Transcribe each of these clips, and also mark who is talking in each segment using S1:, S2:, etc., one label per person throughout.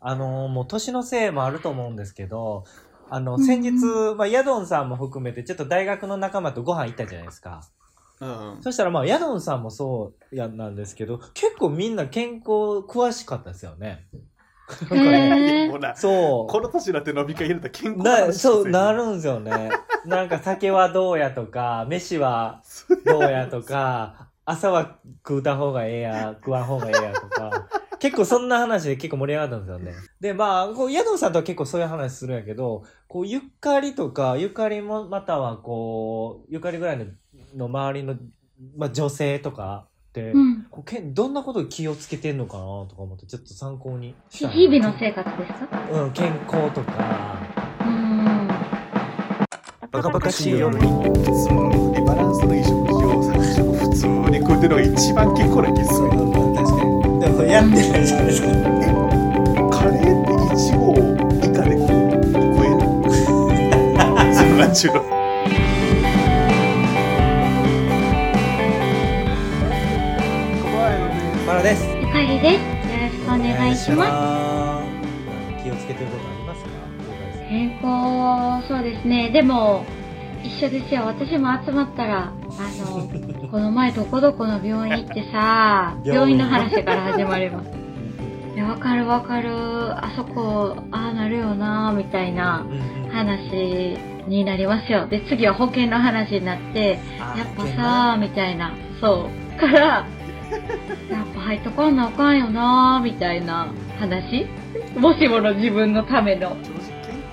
S1: あのーもう年のせいもあると思うんですけど、あの、
S2: うん
S1: 先日、まあ、ヤドンさんも含めて、ちょっと大学の仲間とご飯行ったじゃないですか。
S3: うん。
S1: そしたら、まあ、ヤドンさんもそうやなんですけど、結構みんな健康詳しかったですよ ね。なんかね、
S2: へ
S3: もうな、
S1: そう。
S3: この年になって飲み会入れたら健康
S1: な、そう、な
S3: る。
S1: るんですよね。 なんか酒はどうやとか、飯はどうやとか、朝は食うた方がええや、食わん方がええやとか。結構そんな話で結構盛り上がったんですよね。で、まあ、こう、ヤドさんとは結構そういう話するんやけど、こう、ゆかりとか、ゆかりも、またはこう、ゆかりぐらいのの周りの、まあ、女性とかって、
S2: うん。
S1: こうけんどんなことに気をつけてんのかなとか思って、ちょっと参考にしたいな
S2: 日々の生活ですか
S1: うん、健康とか、
S2: うん。
S3: バカバカしいより、そのリバランスのいい食事を3食普通に食うてるのが一番健康な気がする。
S1: 確かに。でもそれやってないじゃないですか。
S3: カレーって1合以下で食えるそのなんちゅうの
S1: マラです。
S2: ゆかりです。よろしくお願いします。
S1: ます。気をつけてることありますか？
S2: 健康、そうですね。でも、一緒ですよ。私も集まったら、あ の、この前どこどこの病院行ってさ、
S1: 病
S2: 病
S1: 院
S2: 院の話から始まります。いや、わかるわかる。あそこ、ああなるよな、みたいな話になりますよ。で、次は保険の話になって、やっぱさ、みたいな。そう。 から、やっぱ入っとかんなあかんよな、みたいな話。もしもの自分のための。
S3: 正直健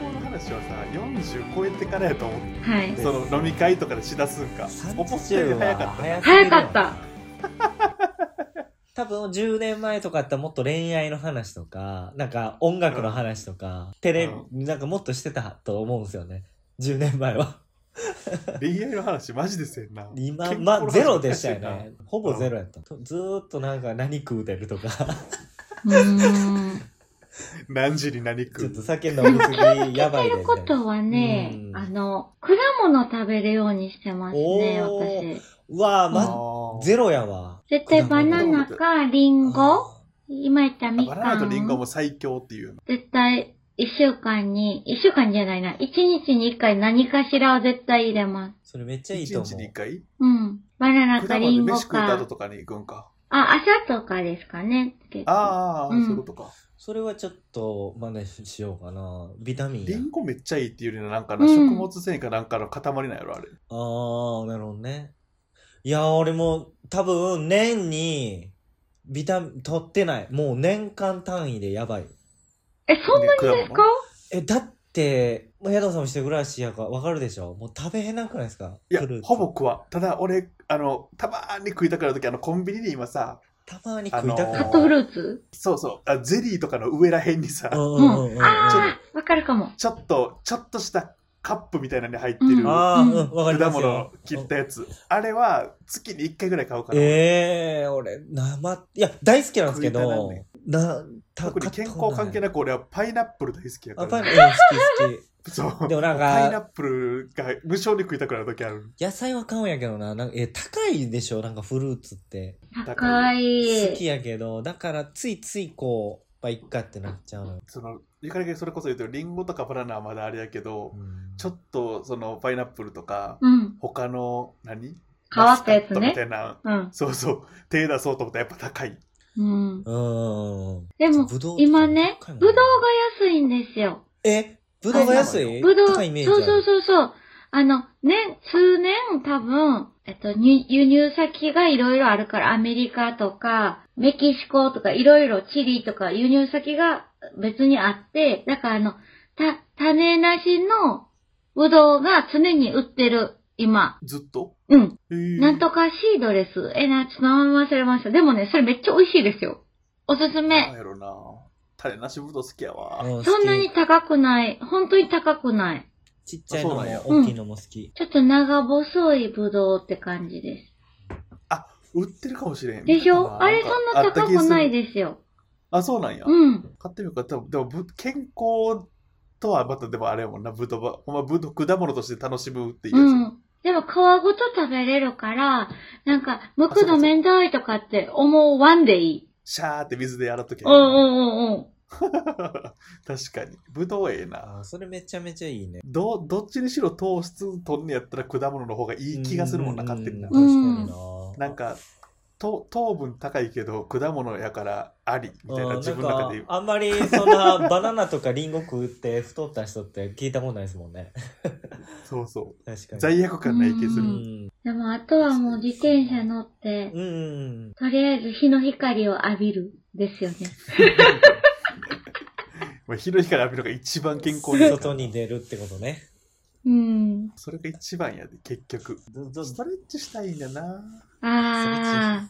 S3: 康の話はさ40超えてからやと思って
S2: はい。
S3: その飲み会とかでしだすんか思ったより早かった
S1: た
S2: 早かっ。た。
S1: 多分10年前とかってもっと恋愛の話とか、なんか音楽の話とか、テレビなんかもっとしてたと思うんですよね。10年前は。
S3: 恋愛の話マジでせんな
S1: 今、
S3: 健康の話
S1: まあ、ゼロでしたよ
S3: 難しい
S1: ね。ほぼゼロやった。ずーっとなんか何食うてるとか。
S2: うーん。
S3: な何時に何食
S1: ちょっ
S3: う
S1: と酒飲みすぎ、やばいで
S2: やる
S1: み
S2: こ
S1: たいな。
S2: とはね
S1: う、ん
S2: あの、果物食べるようにしてますね、
S1: おー
S2: 私。
S1: うわあ、
S3: あ
S1: ま、
S3: ー
S1: ゼロやわ。
S2: 絶対バナナかリンゴ
S1: あ
S2: 今言ったみか
S3: バ
S2: ん。
S3: ナナとリンゴも最強っていうの
S2: 絶対、一週間に、一週間じゃないな。一日に一回何かしらを絶対入れます
S1: ー。それめっちゃいいと
S3: 1
S1: 思
S3: 日に1
S1: う。
S3: 回
S2: うん。バナナ
S3: 果
S2: か
S3: 物
S2: リ
S3: で
S2: ンゴ
S3: 飯食った後
S2: か。
S3: とかに行くんか
S2: あ、朝とかですかね。結構
S3: ああ、
S2: うん
S3: そういうことか
S1: それはちょっと真似しようかな。ビタミン
S3: リ
S1: や。
S3: ンゴめっちゃいいっていうよりなんかな、
S2: うん
S3: 食物繊維かなんかの塊なんやろあれ
S1: ああ、なるほどね。いやー、俺も多分年にビタミン取ってない。もう年間単位でやばい。
S2: え、そんな
S3: 果
S2: にですか
S1: え、だって、もうヤドさんも一人暮らしやからわかるでしょもう食べへんなくないですか
S3: いや
S1: フルーツ
S3: ほぼ食わんただ俺あのたまーに食いたくなる時あのコンビニで今さ
S1: たまに食いたく
S3: あ
S1: な
S3: の
S1: い
S2: カットフルーツ
S3: そうそうあゼリーとかの上らへんにさ、
S1: うんうんうん
S2: も
S1: うんう
S2: う
S1: ん。
S2: ああ、わかるかも。
S3: ちょっとちょっとしたカップみたいなのに入ってる、
S2: うん
S3: 果
S1: ああ、うん、わかりますよ。
S3: 物切ったやつあれは月に1回ぐらい買うから、
S1: ええ俺、生、いや、大好きなんですけ
S3: 食いたな
S1: ど
S3: んね、
S1: な、た
S3: 特に健康関係
S1: な
S3: なく俺はパイナップル大好きやか
S1: あ、パ
S3: ら、
S1: ン、うん、好き好
S3: そう
S1: でもなんか
S3: パイナップルが無性に食いたくなる時ある
S1: き。野菜は買うんやけどな、なんか、え、高いでしょ、なんかフルーツって。
S2: 高
S1: 好き
S2: い。
S1: やけど、だから、ついついこう、まあ、いっかってなっちゃうの。
S3: そのゆかりがそれこそ言うとリンゴとかバナナはまだあれやけど、
S1: うん
S3: ちょっとそのパイナップルとか、
S2: うん。
S3: 他の何
S2: 変わったやつ
S3: マスカットみ
S2: ね
S3: た。いな
S2: うん。
S3: そうそう手出そうと思ったらやっぱ高い
S2: うん。
S1: うん。
S2: でも
S1: ぶどう、
S2: 今ね、
S1: 高いもん
S2: ぶどうが安いんですよ。
S1: え、ぶどうが安い
S2: ぶどう、そ
S1: 高いイメージあ
S2: う
S1: る
S2: そうそうそう。あの、ね、数年多分、えっと、に輸入先がいろいろあるから、アメリカとか、メキシコとか、いろいろチリとか、輸入先が別にあって、だからあの、た、種なしのぶどうが常に売ってる、今。
S3: ずっと
S2: うん。な
S3: なん
S2: とかシードレス。え、な、ちょっと名前忘れました。でもね、それめっちゃ美味しいですよ。おすすめ。
S3: やろな種なしぶどう好きやわ、
S1: う
S2: そんなに
S1: 好
S2: 高くない。本当に高くない。
S1: きちっちゃいのも
S3: あそうなんや、
S1: 大きいのも好き。
S2: ちょっと長細いぶどうって感じで
S3: 売ってるかもしれん
S2: す。でしょあれ
S3: ん
S2: そ
S3: か
S2: んな高
S3: あった気
S2: く
S3: する
S2: ないですよ。
S3: あそうなんや、
S2: うん。
S3: 買ってみようかでもでもぶ健康とはまたでもあれやもんなぶどうばほんまぶどう果物として楽しむっていう
S2: う
S3: や
S2: ん。でも皮ごと食べれるから、なんか、剥くのめんどいとかって思わんでいい。
S3: つ、シャーって水で洗っとけ
S2: うんうんうんうん。
S3: 確かに。ぶどうええ
S1: あ
S3: な。
S1: ーそれめちゃめちゃいいね。
S3: ど、どっちにしろ糖質取んねやったら果物の方がいい気がするもんな、勝手にな
S1: う。ん確かにな。
S3: なんか、と糖分高いけど、果物やからあり、みたいな、
S1: うん
S3: 自分の中で言
S1: なんかあんまりそんな バナナとかリンゴ食うって太った人って聞いたことないですもんね。
S3: う。そうそ
S1: 確か
S3: う。
S1: に。
S3: 罪悪感ない気す
S1: う
S3: る。
S1: ん。
S2: でもあとはもう自転車乗って、
S1: うんうん
S2: とりあえず日の光を浴びるですよね。
S3: まあ、日の光浴びるのが一番健康
S1: う
S3: に
S1: ん。
S3: いいから
S1: 外に出るってことね。
S2: うん。
S3: それが一番やで、結局。
S1: どど
S3: ストレッチしたいんだな。
S2: あ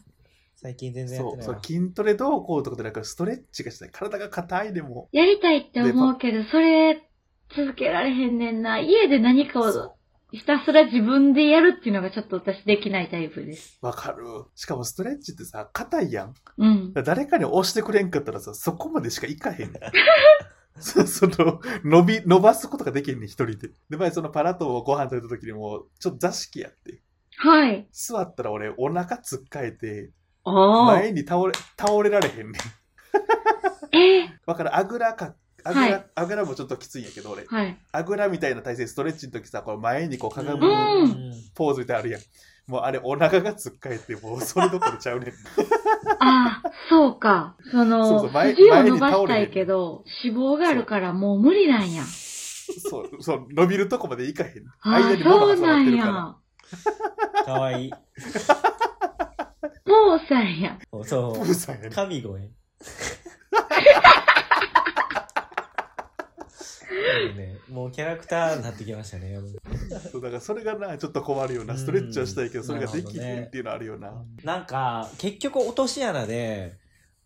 S1: 最近全然やっ
S3: そ
S1: て
S3: う、
S1: ない
S3: そ
S1: わ。
S3: う筋トレどうこうとかじゃなく、ストレッチがしたい。体が硬いでも。
S2: ー、やりたいって思うけど、それ続けられへんねんな。家で何かをひたすら自分でやるっていうのがちょっと私できないタイプです。
S3: わかる。しかもストレッチってさ、硬いやん。
S2: うん。
S3: だから誰かに押してくれんかったらさ、そこまでしかいかへ んねん。そその、伸び、伸ばすことができんねん、一人で。で、前そのパラトをご飯食べた時にも、ちょっと座敷やって。
S2: はい。
S3: 座ったら俺、お腹つっかえて、
S2: おー。
S3: 前に倒れ、倒れられへんねん。
S2: えー、
S3: わかるあぐらか、あぐら、
S2: はい
S3: あぐらもちょっときついんやけど、俺。
S2: はい。
S3: あぐらみたいな体勢、ストレッチの時さ、こう前にこうかがむ
S2: うん
S3: ポーズみたいなのあるやん。もうあれ、お腹がつっかえて、もうそれどころちゃ うねん。
S2: ああ、そうか。そ
S3: そう
S2: の、
S3: そう前
S2: 筋を
S3: 前
S2: 伸
S3: に
S2: ば
S3: 倒れ
S2: し
S3: へん
S2: たいけど、脂肪があるからもう無理なんや。
S3: そう、そう、伸びるとこまでいかへん。
S2: ああ
S3: 間
S2: ー、
S3: にママ
S2: そ
S3: が
S2: う
S3: 触
S2: な
S3: って
S2: ん
S3: る
S2: や
S3: か。ら。
S2: も
S1: かわいい。
S2: うさんや。
S1: そ
S3: プー
S1: う。
S3: さんやね。
S1: 神声。 いいねもうキャラクターになってきましたね。
S3: そうだからそれがな、ちょっと困るよう
S1: う
S3: な、
S1: ん
S3: ストレッチはしたいけど、それができ
S1: なるほど
S3: へん
S1: ね
S3: っていうのあるよな。
S1: なんか結局落とし穴で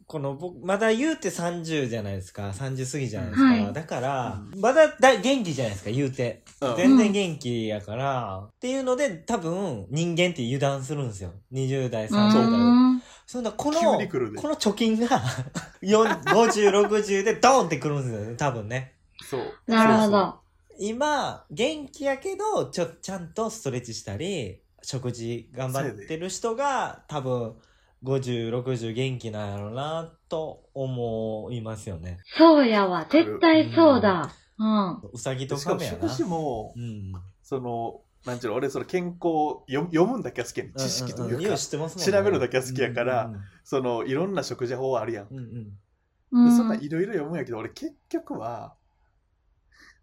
S1: この僕まだ言うて30じゃないですか30過ぎじゃないですか、
S2: はい
S1: だから、
S3: う
S1: まだだ元気じゃないですか言うて、
S3: うん
S1: 全然元気やから、っていうので多分人間って油断するんですよ20代
S2: う
S1: 30代、
S2: ーん。
S1: そんなこ
S3: 急
S1: の、
S3: に来るね
S1: この貯金が 4 5060でドーンってくるんですよね多分ね
S3: そう。
S2: なるほ
S3: そう
S2: ど。
S1: 今元気やけどちょちゃんとストレッチしたり食事頑張ってる人が多分5060元気なんやろうなと思いますよね
S2: そうやわ。絶対そうだ。うん。
S1: うさぎ
S3: そ
S1: と
S3: うしか
S1: カ
S3: も、
S1: メや
S3: 食
S1: な
S3: 事も
S1: う、ん
S3: その、なんちゅうの、俺、その健康読、読むんだけは好きやねん知識と
S1: うんうん
S3: いう
S1: よ
S3: か、
S1: 知ってますもん
S3: 調べるだけは好きやから
S1: うん
S3: その、いろんな食事法あるやん。
S1: うんうん
S2: う
S3: で
S2: ん
S3: そんないろいろ読むんやけど、俺結局は、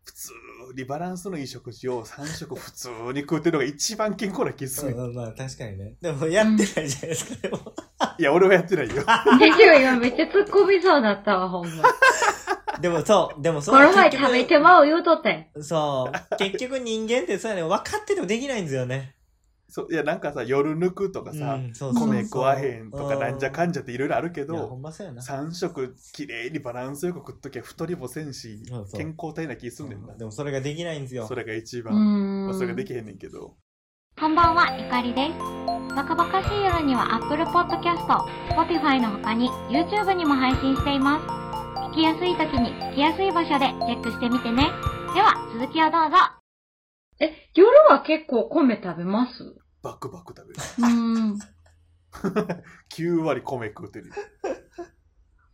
S3: 普通にバランスのいい食事を3食普通に食うってるのが一番健康な気す
S1: う
S3: る
S1: ん、うんうんまあ確かにねでもやってないじゃないですかでも
S3: いや、俺はやってない よ。
S2: でしょ、今めっちゃ突っ込みそうだったわ、ほんま。
S1: でもそうでもそう
S2: この前
S1: 結局
S2: 食べてまう言うとったんや
S1: そう結局人間ってそうやね分かっててもできないんですよね
S3: そういや、なんかさ、夜抜くとかさ、
S1: うんそうそうそう
S3: 米食わへんとか、なんじゃかんじゃっていろいろあるけ
S1: いやほ
S3: ど、
S1: んまそうやな
S3: 3食きれいにバランスよく食っときゃ太りもせんし
S1: そう、そう
S3: 健康体な気すんねんな
S1: で。もそれができないんですよ
S3: それが一
S2: うー
S3: 番。まあ、それがで
S2: ん。
S3: きへんねんけど。
S2: こんばんは、ゆかりです。バカバカしい夜には Apple Podcast、Spotify の他に YouTube にも配信しています。聞きやすい時に聞きやすい場所でチェックしてみてね。では、続きをどうぞ。え、夜は結構米食べますう
S3: バクバク食べる。
S2: ーん。
S3: 9割米食うてるよ。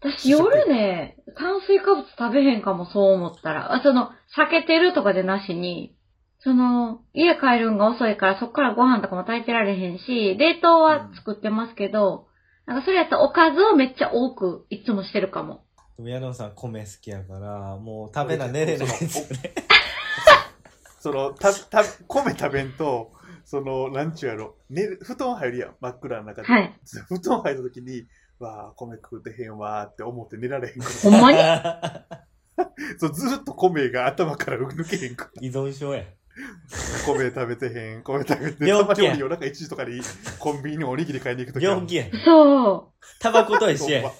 S2: 私夜ね、炭水化物食べへんかもそう思ったら。あ、その、避けてるとかでなしに、その、家帰るんが遅いからそっからご飯とかも炊いてられへんし、冷凍は作ってますけど、なんかそれやったらおかずをめっちゃ多くいつもしてるかも。
S1: でも矢野さん米好きやからもう食べな寝れないですよね
S3: その、た、た、米食べんと、その、なんちゅうやろ、寝る、布団入るやん、真っ暗の中で。
S2: はい。
S3: 布団入った時に、わあ、米食うてへんわーって思って寝られへんから。
S2: ほんまに
S3: そう、ずーっと米が頭から抜けへんから。
S1: 依存症や
S3: 米食べてへん、米食べ て
S1: 病
S3: たま
S1: 気や
S3: に俺夜中1時とかにコンビニにおにぎり買いに行くとき
S1: 病気や
S2: そ
S1: タバコと一
S3: そ
S1: 緒
S3: う
S1: や。
S2: う。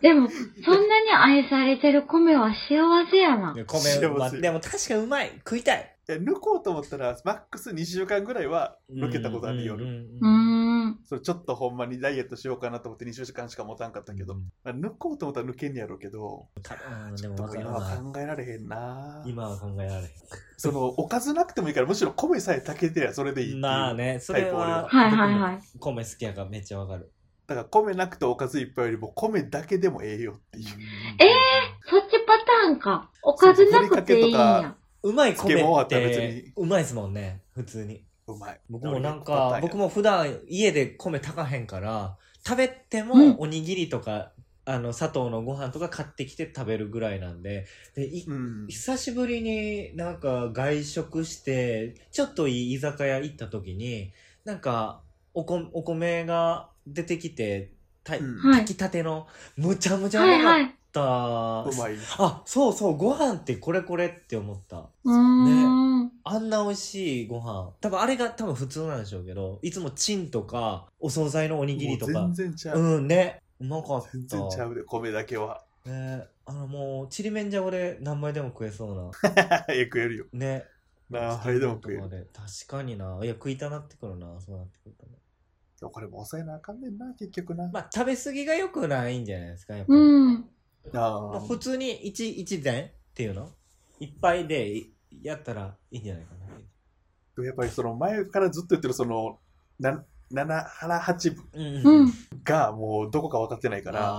S2: でも、そんなに愛されてる米は幸せやない
S1: や米うま
S3: 幸せ
S1: でも確かにうまい食いたい
S3: え抜こうと思ったら、マックス2週間ぐらいは抜けたことある夜。
S2: うーん。
S3: それちょっとほんまにダイエットしようかなと思って2週間しか持たんかったけど、
S1: うん
S3: まあ、抜こうと思ったら抜けんやろうけど、
S1: かうんでも
S3: で
S1: 分
S3: も
S1: かる
S3: 今は
S1: な
S3: 考えられへんな
S1: 今は考えられへ
S3: その、おかずなくてもいいから、むしろ米さえ炊けてりゃそれでいいってい
S1: ん
S3: う。
S1: まあねそれは
S3: タ
S2: はいはいはい。
S1: 僕も米好きやからめっちゃ分かる
S3: だから米なくておかずいっぱいよりも米だけでもええよっていう。
S2: えそっちパターンか。おかずなくていいんや。
S1: うまい米
S3: 漬物あ
S1: っ
S3: ったら別
S1: て
S3: に
S1: うまいですもんね普通に
S3: うまい。
S1: 僕もなん
S3: 俺パターン
S1: か
S3: や
S1: 僕も普段家で米炊かへんから食べて
S2: うん
S1: もおにぎりとか、あの砂糖のご飯とか買ってきて食べるぐらいなんででい
S3: うん。
S1: 久しぶりになんか外食してちょっといい居酒屋行った時になんかおこお米が出てきてた
S3: うん
S2: はい
S1: 炊きたてのむちゃむちゃう
S2: はい
S1: ま
S2: は
S1: かっ
S2: い。
S1: た、
S3: うまい。
S1: あそうそうご飯ってこれこれって思った
S2: うーん。
S1: あんな美味しいご飯多分あれが多分普通なんでしょうけどいつもチンとかお惣菜のおにぎりと
S3: も
S1: か
S3: う全然ちゃう。
S1: うんねうまかった
S3: 全然ちゃうで、米だけは。
S1: ねあのもうちりめんじゃこで何枚でも食えそうな
S3: よくやるよ。
S1: ね
S3: なあ、あれでも食える
S1: と。かで確かにないや食いたなってくるなそうなってくるとね
S3: でもこれも抑えなあかんねんな、結局な。
S1: まあ食べ過ぎが良くないんじゃないですかやっぱり、
S2: うん。
S3: あ
S1: まあ
S3: ー
S1: 普通に一一膳っていうのいっぱいでいやったらいいんじゃないかな
S3: でもやっぱりその前からずっと言ってるその、な7腹8分
S1: うんうん、
S2: うん。
S3: がもうどこか分かってないから
S1: あ、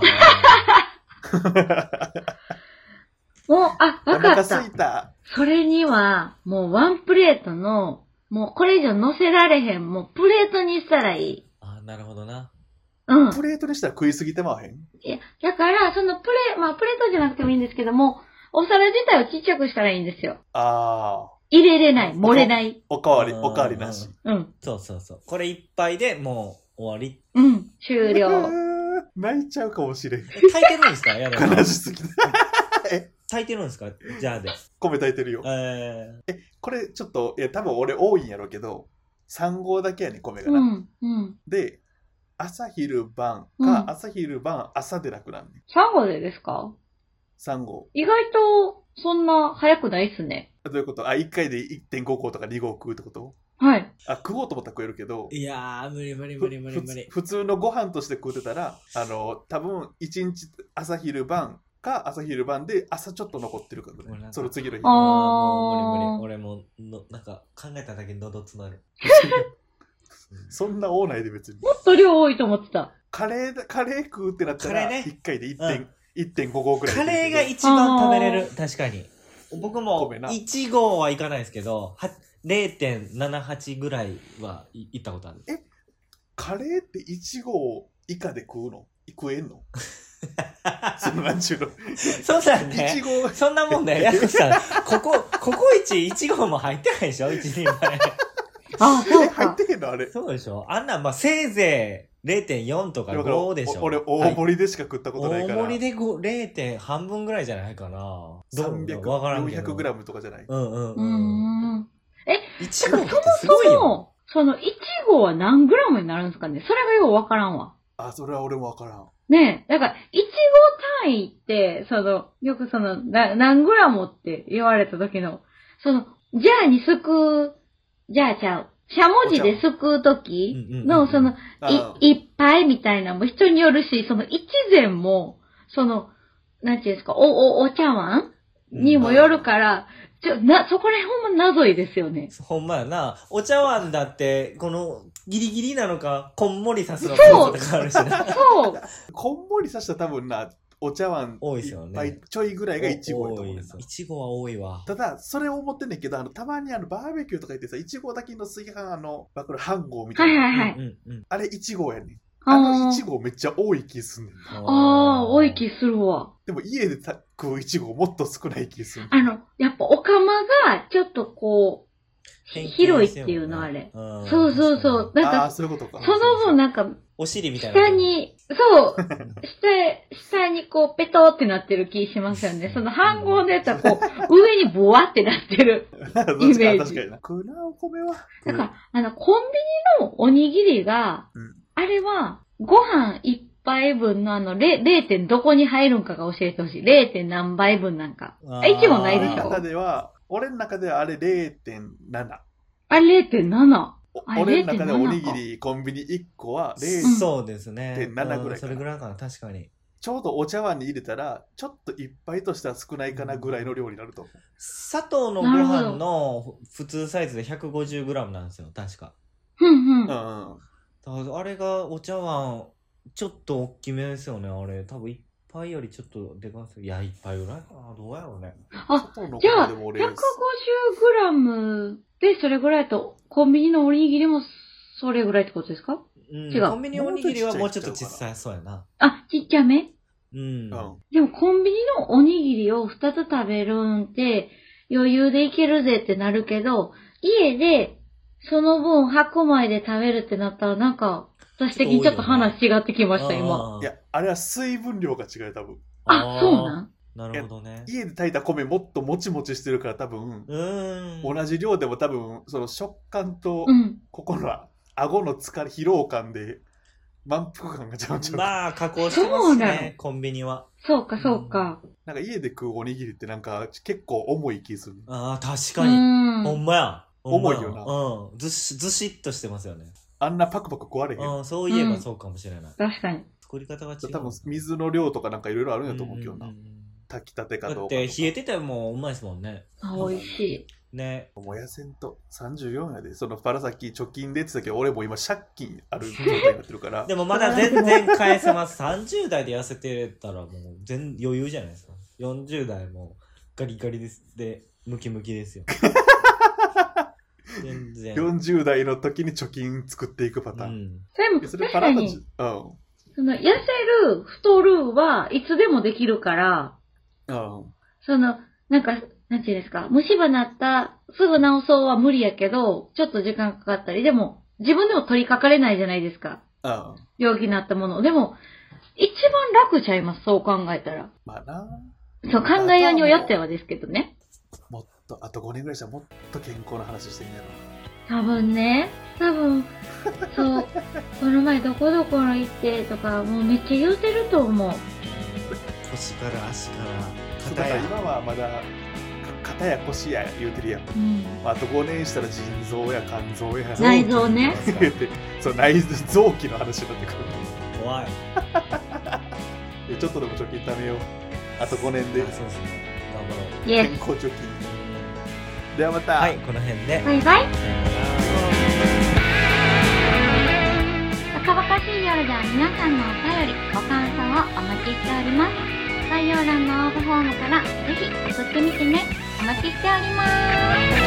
S2: もう、あ、
S3: お
S2: わか
S3: 腹
S2: っ
S3: す
S2: た
S3: い。た。
S2: それには、もうワンプレートの、もうこれ以上乗せられへん、もうプレートにしたらいい。
S1: ーあーなるほどな
S2: うん。
S3: プレートにしたら食いすぎてまわへん。
S2: いや、だから、そのプレ、まあプレートじゃなくてもいいんですけども、お皿自体をちっちゃくしたらいいんですよ。
S3: ああ、
S2: 入れれない、漏れない。
S3: おかわり、
S1: うん
S3: おかわりなし。
S2: うん。
S1: そうそうそうこれ一杯でもう終わ
S2: うん。終了。
S3: 泣いちゃうかもしれん。
S1: り炊いてるんですかやだ
S3: 悲しすぎて。
S1: 炊いてるんですかじゃあで
S3: 米炊いてるよ。
S1: え
S3: これちょっと、いや、多分俺多いんやろうけど、3合だけやね、米が
S2: う
S3: な。
S2: ん。うん。
S3: で、朝昼晩か、
S2: うん
S3: 朝昼晩朝で楽なんねん。
S2: 3号でですか
S3: 3合。
S2: 意外と、そんな早くないっすね。
S3: あどういうことあ、1回で1.5合とか2合食うってこと
S2: はい。
S3: あ、食おうと思ったら食えるけど
S1: ー、、いやー無理無理無理無理無理
S3: ふ普通のご飯として食うてたらあの多分一日朝昼晩か朝昼晩で朝ちょっと残ってるか
S1: も
S3: ら
S1: うなん
S3: ね
S1: か
S3: その次の日
S2: あー
S1: もう無理無理俺ものなんか考えただけ喉つまる
S3: そんなオーナーで別に
S2: もっと量多いと思ってた。
S3: カレーだカレー食うってなったら
S1: カレーね
S3: 1回で1.5、
S1: うん
S3: 1.5合ぐらい
S1: カレーが
S3: い
S1: 一番食べれる確かに僕も
S3: 米な
S1: 1合はいかないですけどは0.78ぐらいはい行ったことある
S3: カレーって1合以下で食うの食えんの そのなんちゅうの
S1: そうだ
S3: 1
S1: ね
S3: 合
S1: そんなもんねやすしさんここここ一1合も入ってないでしょ一人前
S2: あ、そう
S3: え入っ
S2: か。
S3: てへんのあれ
S1: そうでしょあんなん、まあ、せいぜい0.4とか
S3: だから
S1: 5でしょ
S3: お俺大盛りでしか食ったことないから、
S1: 大盛りで5 0. 半分ぐらいじゃないかなどうわからんけど
S3: 300g とかじゃない
S1: うんうん
S2: う
S1: うん
S2: んうん。
S1: 1合ってすごいよ
S2: もう、その1号は何グラムになるんですかねそれがようわからんわ。
S3: あそれは俺もわからん
S2: ねえ、だから、1号単位って、その、よくその、な何グラムって言われた時の、その、じゃあにすくう、じゃあちゃう。しゃもじですくう時
S1: うんうんうん
S2: の、その、
S3: あ
S2: い、いっぱいみたいなのも人によるし、その一膳も、その、なんていうんですか、お、お、お茶碗にもよるから、ちょ、な、そこら辺ほんま謎いです よね。
S1: ほんまやなお茶碗だってこのギリギリなのかこんもりさすのか
S2: そう
S1: とかあるしな
S2: そう。
S3: こんもりさしたら多分な、お茶碗
S1: 多いですよね
S3: いっぱいちょいぐらいが1号やと思うねんな
S1: 1合は多いわ
S3: ただ、それを思ってんねんけど、あの、たまにあの、バーベキューとか行ってさ、1号だけの炊飯、あの、まあ、これ半合みた
S2: はいい
S3: な。
S2: はいはい。
S1: うんうん
S3: あれ1号やねん。あの
S2: あー
S3: 1号めっちゃ多い気すんねんな。
S2: あー、多い気するわ。
S3: でも家でた食う1号もっと少ない気すんねん
S2: あの、やっぱお釜が、ちょっとこ
S1: 変形
S2: 広いっていうの
S1: してるもん
S2: う、
S1: ね
S2: そうそうそ
S1: ん
S2: う、なん
S3: ああ、
S2: か、
S3: そういうことか。
S2: その分なんか、
S1: お尻みたいな
S2: 下に、そう、下、下にこう、ペトってなってる気しますよね。その半合のやつはこう、上にボワってなってる。
S3: 確か
S2: イメ
S3: に
S2: ー
S3: 確
S2: ジ
S3: かにな。食うな、お米 は。
S2: だから、あの、コンビニのおにぎりが、
S3: うん
S2: あれは、ご飯一杯分のあの、れ 0. 点どこに入るんかが教えてほしい。0. 点何杯分なんか。
S1: あ
S2: え一合ない
S3: 俺
S2: で
S3: の
S2: しょ
S3: 中では、俺の中ではあれ0.7。
S2: あれ0.7。
S3: お
S2: あれ
S3: 俺の中で
S2: 0.7
S3: おにぎり、コンビニ1個は0.7。
S1: そうですね
S3: 0.7ぐらいかな
S1: うんそれぐらいかな確かに
S3: ちょうどお茶碗に入れたら、ちょっといっぱいとしては少ないかなぐらいの量になると思う。
S1: 砂糖のご飯の普通サイズで 150g なんですよ確か
S2: ふんふん。
S3: うん、
S1: だからあれがお茶碗ちょっと大きめですよね、あれ。多分一杯よりちょっとでかいですよ。いや、一杯ぐらいかな。どうやろうね。
S3: 外の
S2: じゃあ、
S3: でも俺、
S2: 150g でそれぐらいだと、コンビニのおにぎりもそれぐらいってことですか
S1: うん、
S2: 違う
S1: コンビニおにぎりはもうちょっと小さいそうやな。
S2: あ、ちっちゃめ
S1: うん。
S3: うん
S2: でもコンビニのおにぎりを2つ食べるんって余裕でいけるぜってなるけど、家でその分白米で食べるってなったらなんか、私的にちょっと話違ってきました、今。
S1: あー
S3: いや、あれは水分量が違う、多分。
S2: あ、そうなん
S1: なるほどね。
S3: 家で炊いた米もっともちもちしてるから、多分、
S1: うーん。
S3: 同じ量でも多分、その食感と
S2: うん。
S3: 心は、顎の疲れ、疲労感で、満腹感がちゃうちゃう。
S1: まあ、加工してま
S2: そう
S1: す
S2: なの
S1: ね、コンビニは。
S2: そうか、そうか。
S3: なんか家で食うおにぎりってなんか結構重い気する。
S1: ああ、確
S2: う
S1: かに。
S2: ん。
S1: ほんまや。ほんまや
S3: 重いよな
S1: うん。ずし、ずしっとしてますよね。
S3: あんなパクパク食われへん。
S1: うん、そういえ
S2: う
S1: ば
S2: ん
S1: そうかもしれない。
S2: 確かに。
S1: 作り方が違う。
S3: 多分水の量とかなんかいろいろあるんやと思うけど
S1: ん
S3: な。
S1: んん
S3: 炊きたてか
S1: だ
S3: どう
S1: っ
S3: かと
S1: て、冷え
S3: か。
S1: ててもうまいですもんね。
S2: あ美味しい。
S1: ね。
S3: もやせんと34やで。そのパラさっき貯金でって言ってたけど、俺もう今借金ある状態になってるか ら
S1: で。もまだ全然返せます。30代で痩せてたらもう全余裕じゃないですか。40代もガリガリですで、ムキムキですよ。全然。
S3: 40代の時に貯金作っていくパターン。
S1: ん、
S2: それも
S3: えそ
S2: 確
S3: れパ
S2: か
S3: ラた
S2: に
S3: ち、、うん。うん。
S2: その痩せる、太るはいつでもできるから、その、なんか、なんていうんですか、虫歯なった、すぐ治そうは無理やけど、ちょっと時間かかったり、でも、自分でも取りかかれないじゃないですか。
S3: うん。
S2: 病気になったものを。でも、一番楽ちゃいます、そう考えたら。
S3: まあな。
S2: そう、考えようによってはですけどね。
S3: もっと、あと5年ぐらいしたらもっと健康な話してみやろ
S2: 多分ね、多分、そう、この前どこどこの行ってとか、もうめっちゃ言うてると思う。
S1: 腰から足から
S3: そう
S1: 肩
S3: だか
S1: や
S3: ら今はまだ、か肩や腰や言うてるやん。
S2: うん。
S3: まあ、あと5年したら腎臓や肝臓や。
S2: 内臓ね
S1: 臓器
S3: 増えて そう内臓器の話になってくる
S1: 怖い。
S3: でちょっとでも貯金貯めようあと5年で
S1: あそうですね。頑張ろう。
S2: イエ
S3: 健
S2: ス。
S3: 康貯金ではまた、
S1: はい、この辺で。
S2: バイバイ。
S1: さよなら
S2: バカバカしい夜では皆さんのお便り、ご感想をお待ちしております。概要欄の応募フォームからぜひ送ってみてね。お待ちしております。